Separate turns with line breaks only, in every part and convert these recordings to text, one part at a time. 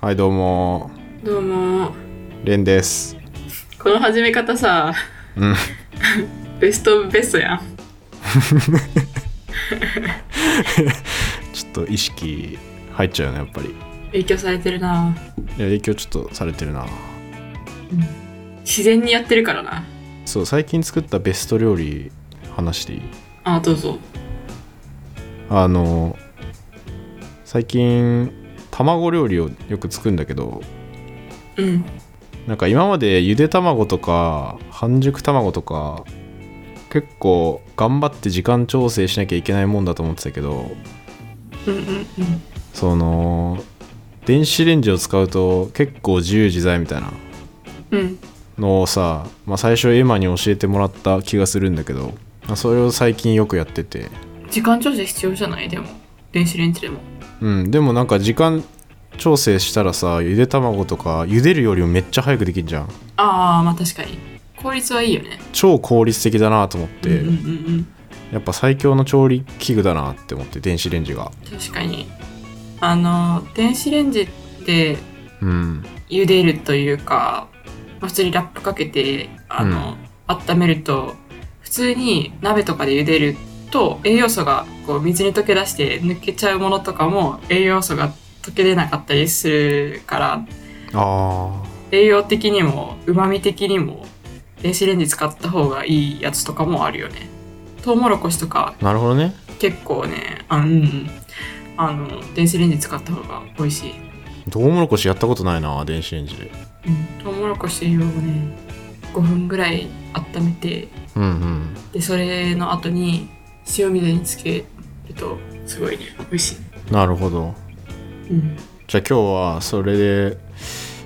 はいどうも
どうも
レンです
この始め方さ、
うん
ベストオブベストやん
ちょっと意識入っちゃうねやっぱりい
影響されてるな
や影響ちょっとされてるな
自然にやってるからな
そう最近作ったベスト料理話していい
あどうぞ
あの最近卵料理をよく作るんだけど
うん
なんか今までゆで卵とか半熟卵とか結構頑張って時間調整しなきゃいけないもんだと思ってたけど
うんうんうん
その電子レンジを使うと結構自由自在みたいな
うん
のをさ、まあ、最初エマに教えてもらった気がするんだけどまあそれを最近よくやってて
時間調整必要じゃないでも電子レンジでも
うんでもなんか時間調整したらさゆで卵とか茹でるよりもめっちゃ早くできんじゃん
ああまあ確かに効率はいいよね
超効率的だなと思って、
うんうんうん
やっぱ最強の調理器具だなって思って電子レンジが
確かにあの電子レンジって
うん
茹でるというか、まあ、普通にラップかけてあの、温めると普通に鍋とかで茹でると栄養素がこう水に溶け出して抜けちゃうものとかも栄養素が溶け出なかったりするから
あ
栄養的にもうまみ的にも電子レンジ使った方がいいやつとかもあるよね。トウモロコシとか
ーなるほどね
結構ねあの、うんうん、あの電子レンジ使った方が美味しい。
トウモロコシやったことないな電子レンジで
うん、トウモロコシをね5分ぐらい温めて
うんうん
でそれの後に塩水につけるとすごいね美味しい、
なるほど
うん、
じゃあ今日はそれで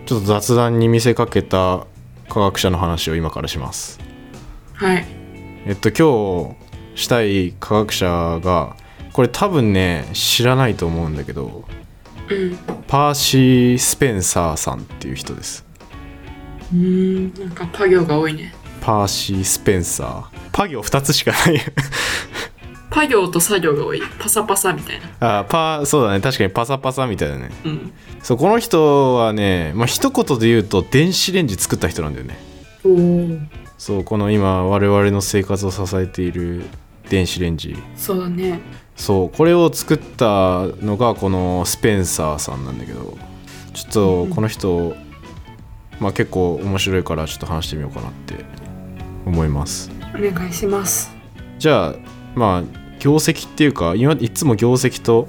ちょっと雑談に見せかけた科学者の話を今からします
はい
えっと今日したい科学者がこれ多分ね知らないと思うんだけど
うんう
パーシー・スペンサーさんっていう人です
ーんなんかパ行が多いね
パーシー・スペンサーパ行2つしかない
パ行と作業が多いパサパサみたいな
あパーそうだね確かにパサパサみたいだね
うん
そうこの人はね、まあ一言で言うと電子レンジ作った人なんだよね
おお
そうこの今我々の生活を支えている電子レンジ
そうだね
そうこれを作ったのがこのスペンサーさんなんだけどちょっとこの人、まあ、結構面白いからちょっと話してみようかなって思います
お願いします
じゃあまあ業績っていうか今いつも業績と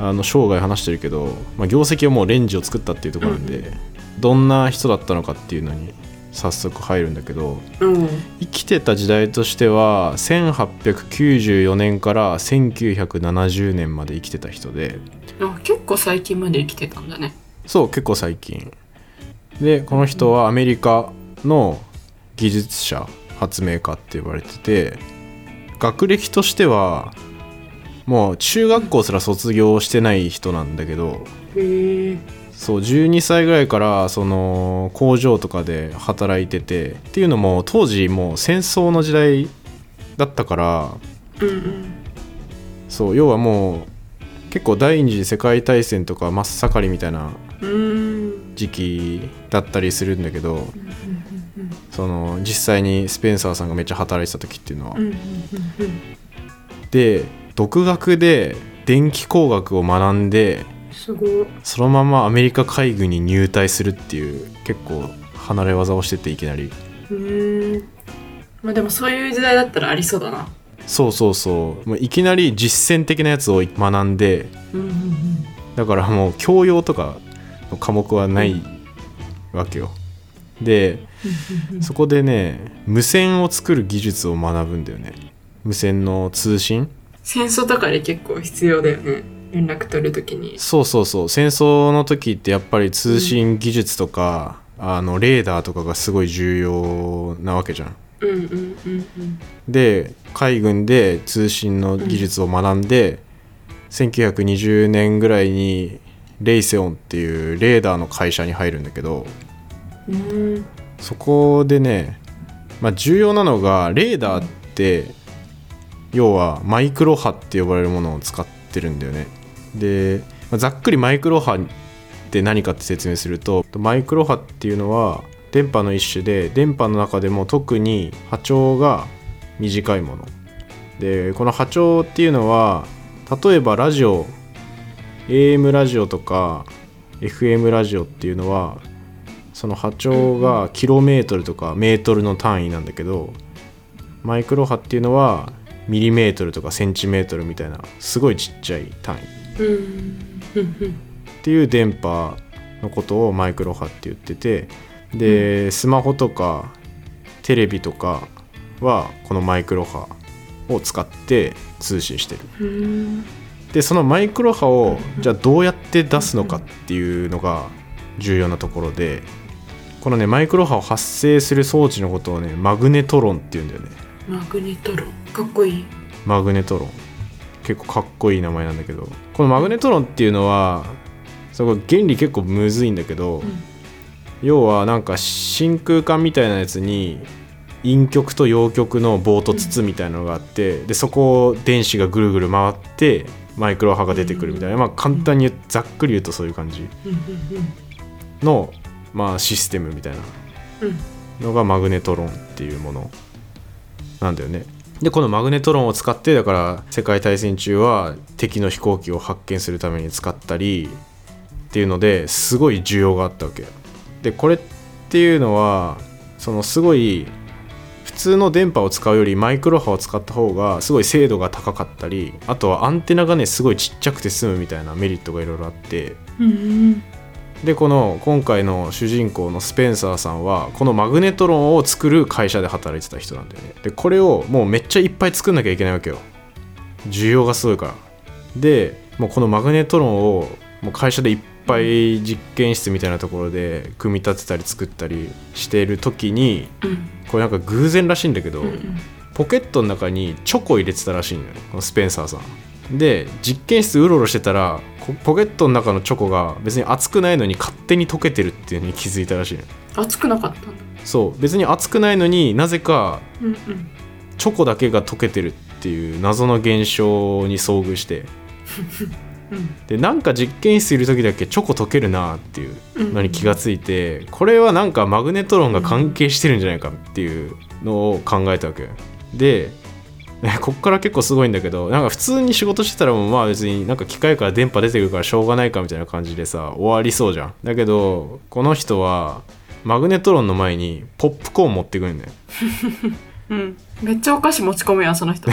あの生涯話してるけど、まあ、業績はもうレンジを作ったっていうところなんで、どんな人だったのかっていうのに早速入るんだけど
うん
生きてた時代としては1894年から1970年まで生きてた人で
あ結構最近まで生きてたんだね
そう結構最近でこの人はアメリカの技術者発明家って呼ばれてて学歴としてはもう中学校すら卒業してない人なんだけど
へえ
そう12歳ぐらいからその工場とかで働いててっていうのも当時もう戦争の時代だったから
うんうん
そう要はもう結構第二次世界大戦とか真っ盛りみたいな
うーん
時期だったりするんだけど
うんうんうん
その実際にスペンサーさんがめっちゃ働いてた時っていうのは。
うんうんうんうん
で独学で電気工学を学んです
ごい
そのままアメリカ海軍に入隊するっていう結構離れ技をしてていきなり
うーんまあでもそういう時代だったらありそうだな
そうそうそうもういきなり実践的なやつを学んで
うんうんうん
だからもう教養とかの科目はないわけよでそこでね無線を作る技術を学ぶんだよね無線の通信
戦争とかで結構必要だよね連絡取るときに
そうそうそう戦争の時ってやっぱり通信技術とか、あのレーダーとかがすごい重要なわけじゃん
うんうんうんうん
で海軍で通信の技術を学んで、1920年ぐらいにレイセオンっていうレーダーの会社に入るんだけど
うーん
そこでね、まあ、重要なのがレーダーって要はマイクロ波って呼ばれるものを使ってるんだよねで、まあざっくりマイクロ波って何かって説明するとマイクロ波っていうのは電波の一種で電波の中でも特に波長が短いものでこの波長っていうのは例えばラジオ AM ラジオとか FM ラジオっていうのはその波長がキロメートルとかメートルの単位なんだけどマイクロ波っていうのはミリメートルとかセンチメートルみたいなすごいちっちゃい単位
うんうん
っていう電波のことをマイクロ波って言っててで、スマホとかテレビとかはこのマイクロ波を使って通信してる
うん
でそのマイクロ波をじゃあどうやって出すのかっていうのが重要なところでこのねマイクロ波を発生する装置のことをねマグネトロンっていうんだよね
マグネトロンかっこいい
マグネトロン結構かっこいい名前なんだけどこのマグネトロンっていうのはそこ原理結構むずいんだけど、
うん
要はなんか真空管みたいなやつに陰極と陽極の棒と筒みたいなのがあって、でそこを電子がぐるぐる回ってマイクロ波が出てくるみたいな、まあ、簡単に言うざっくり言うとそういう感じ
うん
の、まあ、システムみたいな
うんうん
のがマグネトロンっていうものなんだよね。でこのマグネトロンを使ってだから世界大戦中は敵の飛行機を発見するために使ったりっていうのですごい需要があったわけ。でこれっていうのはそのすごい普通の電波を使うよりマイクロ波を使った方がすごい精度が高かったりあとはアンテナがねすごいちっちゃくて済むみたいなメリットがいろいろあって
うん
でこの今回の主人公のスペンサーさんはこのマグネトロンを作る会社で働いてた人なんだよねでこれをもうめっちゃいっぱい作んなきゃいけないわけよ需要がすごいからでもうこのマグネトロンをもう会社でいっぱい実験室みたいなところで組み立てたり作ったりしている時に
うん
これなんか偶然らしいんだけど、
うん
ポケットの中にチョコ入れてたらしいんだよねこのスペンサーさんで実験室うろうろしてたらこポケットの中のチョコが別に熱くないのに勝手に溶けてるっていうのに気づいたらしいの
熱くなかったんだ
そう別に熱くないのになぜか
うんうん
チョコだけが溶けてるっていう謎の現象に遭遇して
うん
でなんか実験室いる時だけチョコ溶けるなっていう
うん
のに気がついてこれはなんかマグネトロンが関係してるんじゃないかっていうのを考えたわけで こっから結構すごいんだけどなんか普通に仕事してたらもうまあ別になんか機械から電波出てくるからしょうがないかみたいな感じでさ終わりそうじゃんだけどこの人はマグネトロンの前にポップコーン持ってくるんだよ
うんめっちゃお菓子持ち込むやんその人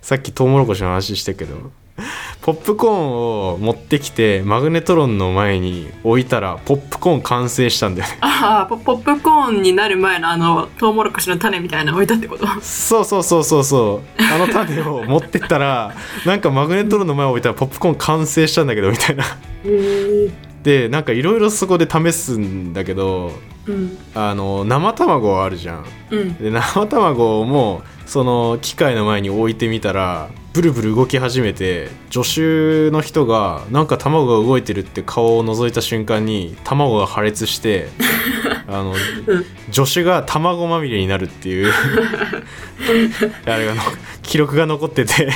さっきトウモロコシの話したけど ポップコーンを持ってきてマグネトロンの前に置いたらポップコーン完成したんだよね
ああポポップコーンになる前のあのトウモロコシの種みたいなの置いたってこと
そうそうそうそうそうあの種を持ってった らなんかマグネットロンの前を置いたらポップコーン完成したんだけどみたいな
へえ
でなんかいろいろそこで試すんだけど
うん
あの生卵あるじゃん
うん
で生卵もその機械の前に置いてみたらブルブル動き始めて助手の人がなんか卵が動いてるって顔を覗いた瞬間に卵が破裂してあの
うん
助手が卵まみれになるっていうあれがの記録が残っててで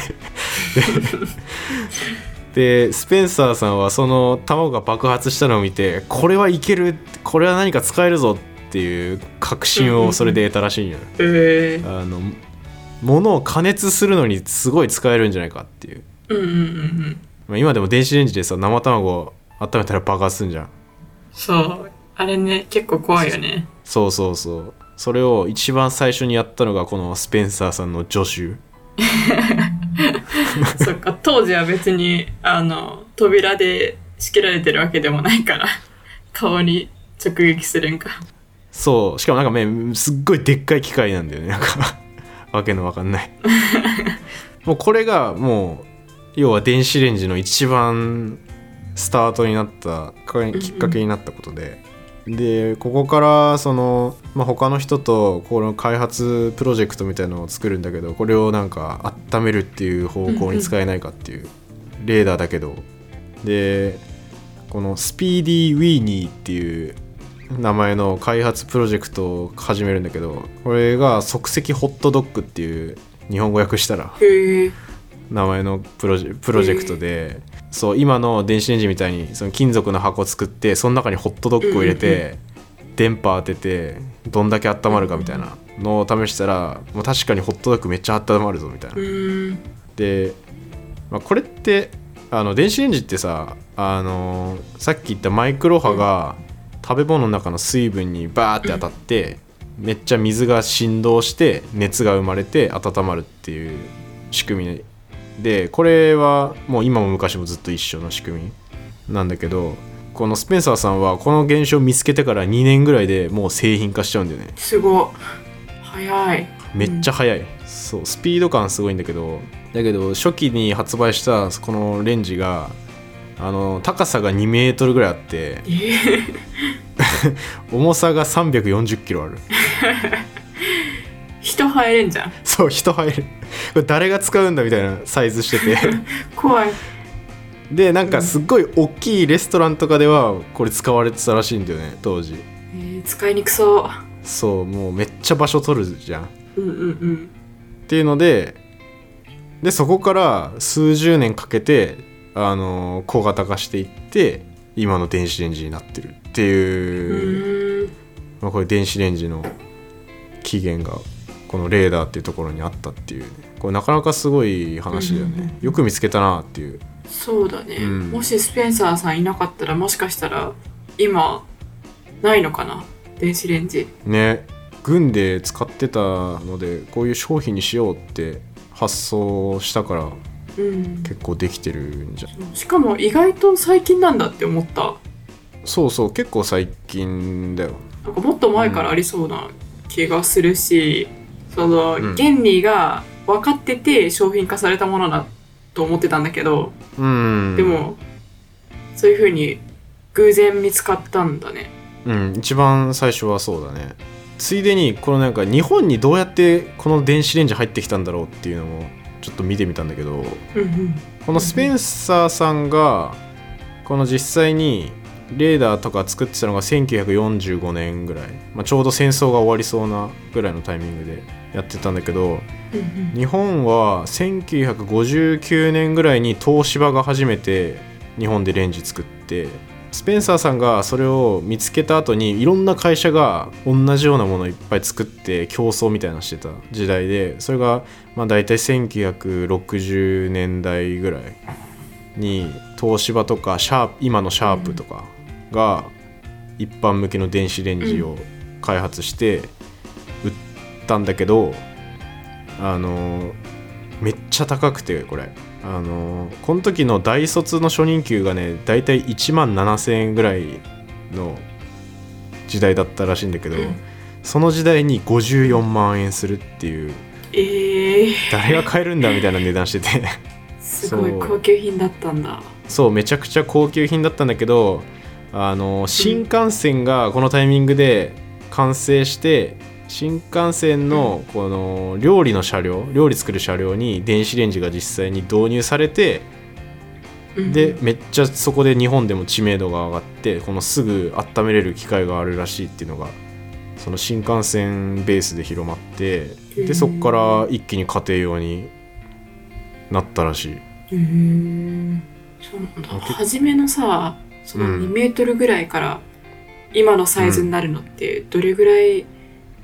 でスペンサーさんはその卵が爆発したのを見てこれはいけるこれは何か使えるぞっていう確信をそれで得たらしいんよ、
へえ
あの物を加熱するのにすごい使えるんじゃないかっていう、
うんうんうんうん
まあ、今でも電子レンジでさ生卵を温めたら爆発するんじゃん
そうあれね結構怖いよ ね
そうそうそうそれを一番最初にやったのがこのスペンサーさんの助手
そっか当時は別にあの扉で仕切られてるわけでもないから顔に直撃するんか
そうしかもなんかねすっごいでっかい機械なんだよねなんかわけのわかんないもうこれがもう要は電子レンジの一番スタートになったかきっかけになったことで、でここからその、まあ、他の人とこの開発プロジェクトみたいのを作るんだけどこれをなんか温めるっていう方向に使えないかっていうレーダーだけどでこのスピーディーウィーニーっていう名前の開発プロジェクトを始めるんだけどこれが即席ホットドッグっていう日本語訳したら
へえ
名前のプロジェプロジェクトで、そう今の電子レンジみたいにその金属の箱作ってその中にホットドッグを入れて、電波当ててどんだけ温まるかみたいなのを試したら、まあ、確かにホットドッグめっちゃ温まるぞみたいな。
うん
で、まあ、これってあの電子レンジってさ、あのーさっき言ったマイクロ波が食べ物の中の水分にバーって当たって、めっちゃ水が振動して熱が生まれて温まるっていう仕組みでこれはもう今も昔もずっと一緒の仕組みなんだけどこのスペンサーさんはこの現象を見つけてから2年ぐらいでもう製品化しちゃうんだよね
すごい早い
めっちゃ速い、そうスピード感すごいんだけどだけど初期に発売したこのレンジがあの高さが2メートルぐらいあって
えー
重さが340キロある
人入れんじゃん
そう人入るこれ誰が使うんだみたいなサイズしてて
怖い
でなんかすっごい大きいレストランとかではこれ使われてたらしいんだよね当時
えー使いにくそ
そうもうめっちゃ場所取るじゃん
ううんうんうん
っていうのででそこから数十年かけて、あのー小型化していって今の電子レンジになってるって
う
いう、
ーん
まあ、これ電子レンジの起源がこのレーダーっていうところにあったっていうね、これなかなかすごい話だよ
うんうん
ね、よく見つけたなっていう
そうだね、
うん
もしスペンサーさんいなかったらもしかしたら今ないのかな電子レンジ
ね軍で使ってたのでこういう商品にしようって発想したから
うん
結構できてるんじゃ
しかも意外と最近なんだって思った
そうそう結構最近だよ
なんかもっと前からありそうな気がするし、その
うん
原理が分かってて商品化されたものだと思ってたんだけど、
うん
でもそういうふうに偶然見つかったんだね。
うん一番最初はそうだねついでにこのなんか日本にどうやってこの電子レンジ入ってきたんだろうっていうのもちょっと見てみたんだけど
うんうん
このスペンサーさんがこの実際にレーダーとか作ってたのが1945年ぐらい、まあ、ちょうど戦争が終わりそうなぐらいのタイミングでやってたんだけど
うんうん
日本は1959年ぐらいに東芝が初めて日本でレンジ作ってスペンサーさんがそれを見つけた後にいろんな会社が同じようなものをいっぱい作って競争みたいなのしてた時代でそれがまあ大体1960年代ぐらいに東芝とかシャープ今のシャープとかが一般向けの電子レンジを開発して売ったんだけど、あのめっちゃ高くてこれあのこの時の大卒の初任給がね大体1万7,000円ぐらいの時代だったらしいんだけど、
うん
その時代に54万円するっていう
えー、
誰が買えるんだみたいな値段してて
すごい
そう
高級品だったんだ。
そうめちゃくちゃ高級品だったんだけどあの新幹線がこのタイミングで完成して新幹線のこの料理の車両料理作る車両に電子レンジが実際に導入されて
うん
でめっちゃそこで日本でも知名度が上がってこのすぐ温めれる機会があるらしいっていうのがその新幹線ベースで広まってでそこから一気に家庭用になったらしい。
へーそうなんだ
あけ
初めのさその
うん
2メートルぐらいから今のサイズになるのってどれぐらい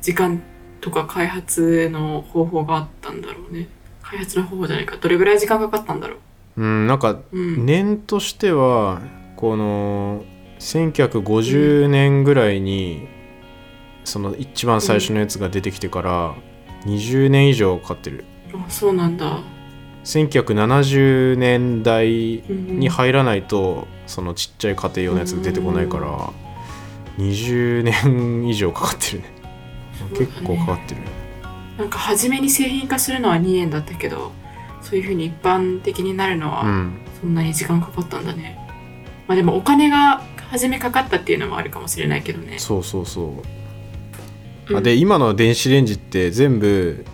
時間とか開発の方法があったんだろうね開発の方法じゃないかどれぐらい時間かかったんだろ
うん、なんか
う、うん
年としてはこの1950年ぐらいにその一番最初のやつが出てきてから20年以上かかってる
あそうなんだ、
1970年代
うん
に入らないとそのちっちゃい家庭用のやつ出てこないから20年以上かかってるね
そうだね
結構かかってる
なんか初めに製品化するのは2円だったけどそういうふうに一般的になるの
う
は
ん
そんなに時間かかったんだね、まあでもお金が初めかかったっていうのもあるかもしれないけどね
そうそうそう
う
あ
ん
で今の電子レンジって全部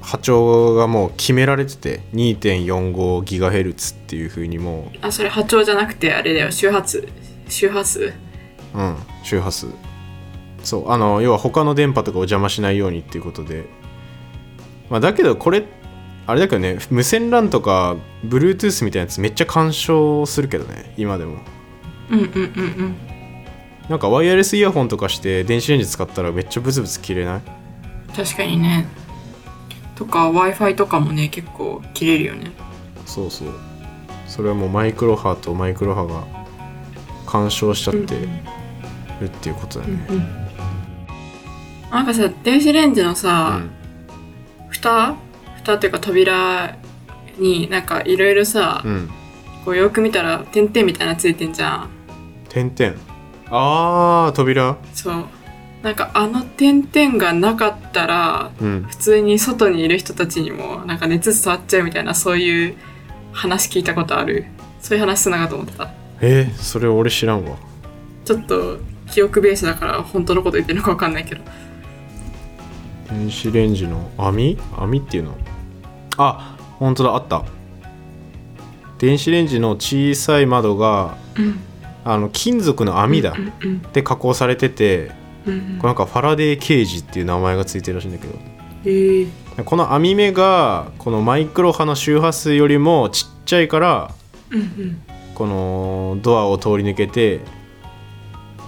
波長がもう決められてて 2.45GHz っていう風にも
あそれ波長じゃなくてあれだよ周波数周波数
う、うん、周波数そうあの要は他の電波とかお邪魔しないようにっていうことで、まあ、だけどこれあれだけどね無線 LAN とか Bluetooth みたいなやつめっちゃ干渉するけどね今でも
うんうんうんうん
なんかワイヤレスイヤホンとかして電子レンジ使ったらめっちゃブツブツ切れない
確かにねとか w i f i とかもね結構切れるよね
そうそうそれはもうマイクロ波とマイクロ波が干渉しちゃってるっていうことだね
なんかさ電子レンジの
う
さ、
ん
蓋蓋っていうか扉になんかいろいろさ、
うん
こうよく見たら点々みたいなのついてんじゃん
点々あー扉
そうなんかあの点々がなかったら
うん
普通に外にいる人たちにもなんか熱伝わっちゃうみたいなそういう話聞いたことあるそういう話すなかと思ってた
えー、それ俺知らんわ
ちょっと記憶ベースだから本当のこと言ってるのか分かんないけど
電子レンジの網網っていうのあ本当だあった電子レンジの小さい窓が
うん
あの金属の網だ
うんうん
で加工されてて
うんうん
これなんかファラデーケージっていう名前がついてるらしいんだけど
えー
この網目がこのマイクロ波の周波数よりもちっちゃいから
うんうん
このドアを通り抜けて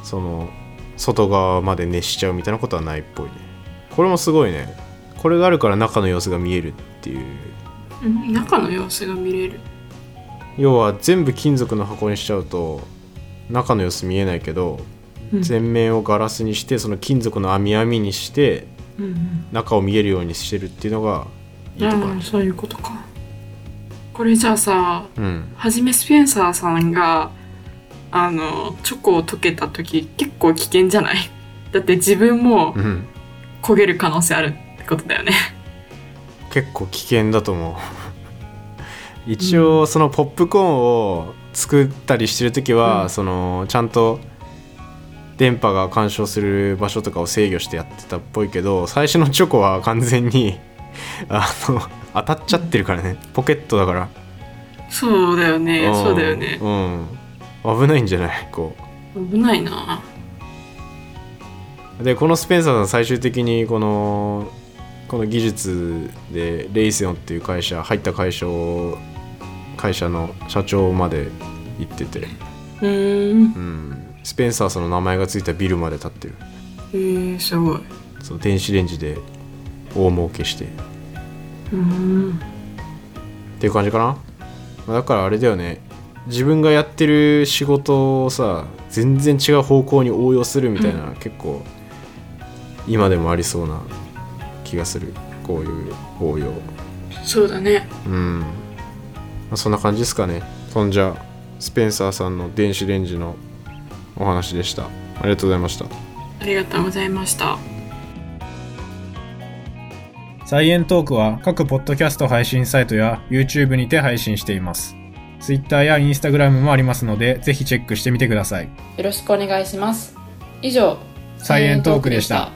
その外側まで熱しちゃうみたいなことはないっぽいねこれもすごいねこれがあるから中の様子が見えるっていう
うん中の様子が見れる
要は全部金属の箱にしちゃうと中の様子見えないけど
うん
全面をガラスにしてその金属の網網にして
うんうん
中を見えるようにしてるっていうのがいいところ
ああそういうことかこれじゃあさ
うん
はじめスペンサーさんがあのチョコを溶けた時結構危険じゃないだって自分も
うん
焦げる可能性あるってことだよね
結構危険だと思う 一応そのポップコーンを作ったりしてる時は、
うん
そのちゃんと電波が干渉する場所とかを制御してやってたっぽいけど最初のチョコは完全に あの当たっちゃってるからねポケットだから、
そうだよね
ん
そうだよね
うん危ないんじゃないこ
危ないな
うでこのスペンサーさん最終的にこのこの技術でレイセオンっていう会社入った会社を会社の社長まで行ってて、
うーん
うん、スペンサーさんの名前がついたビルまで建ってる
えー、すごいう
そう電子レンジで大儲けしてっ
ーん
ていう感じかなまあだからあれだよね自分がやってる仕事をさ全然違う方向に応用するみたいな、結構今でもありそうな気がするこういう応用
そうだね
うん、まあ、そんな感じですかねそんじゃスペンサーさんの電子レンジのお話でしたありがとうございました
ありがとうございました
サイエントークは各ポッドキャスト配信サイトや YouTube にて配信しています。Twitter や Instagram もありますので、ぜひチェックしてみてください。
よろしくお願いします以上
サイエントークでした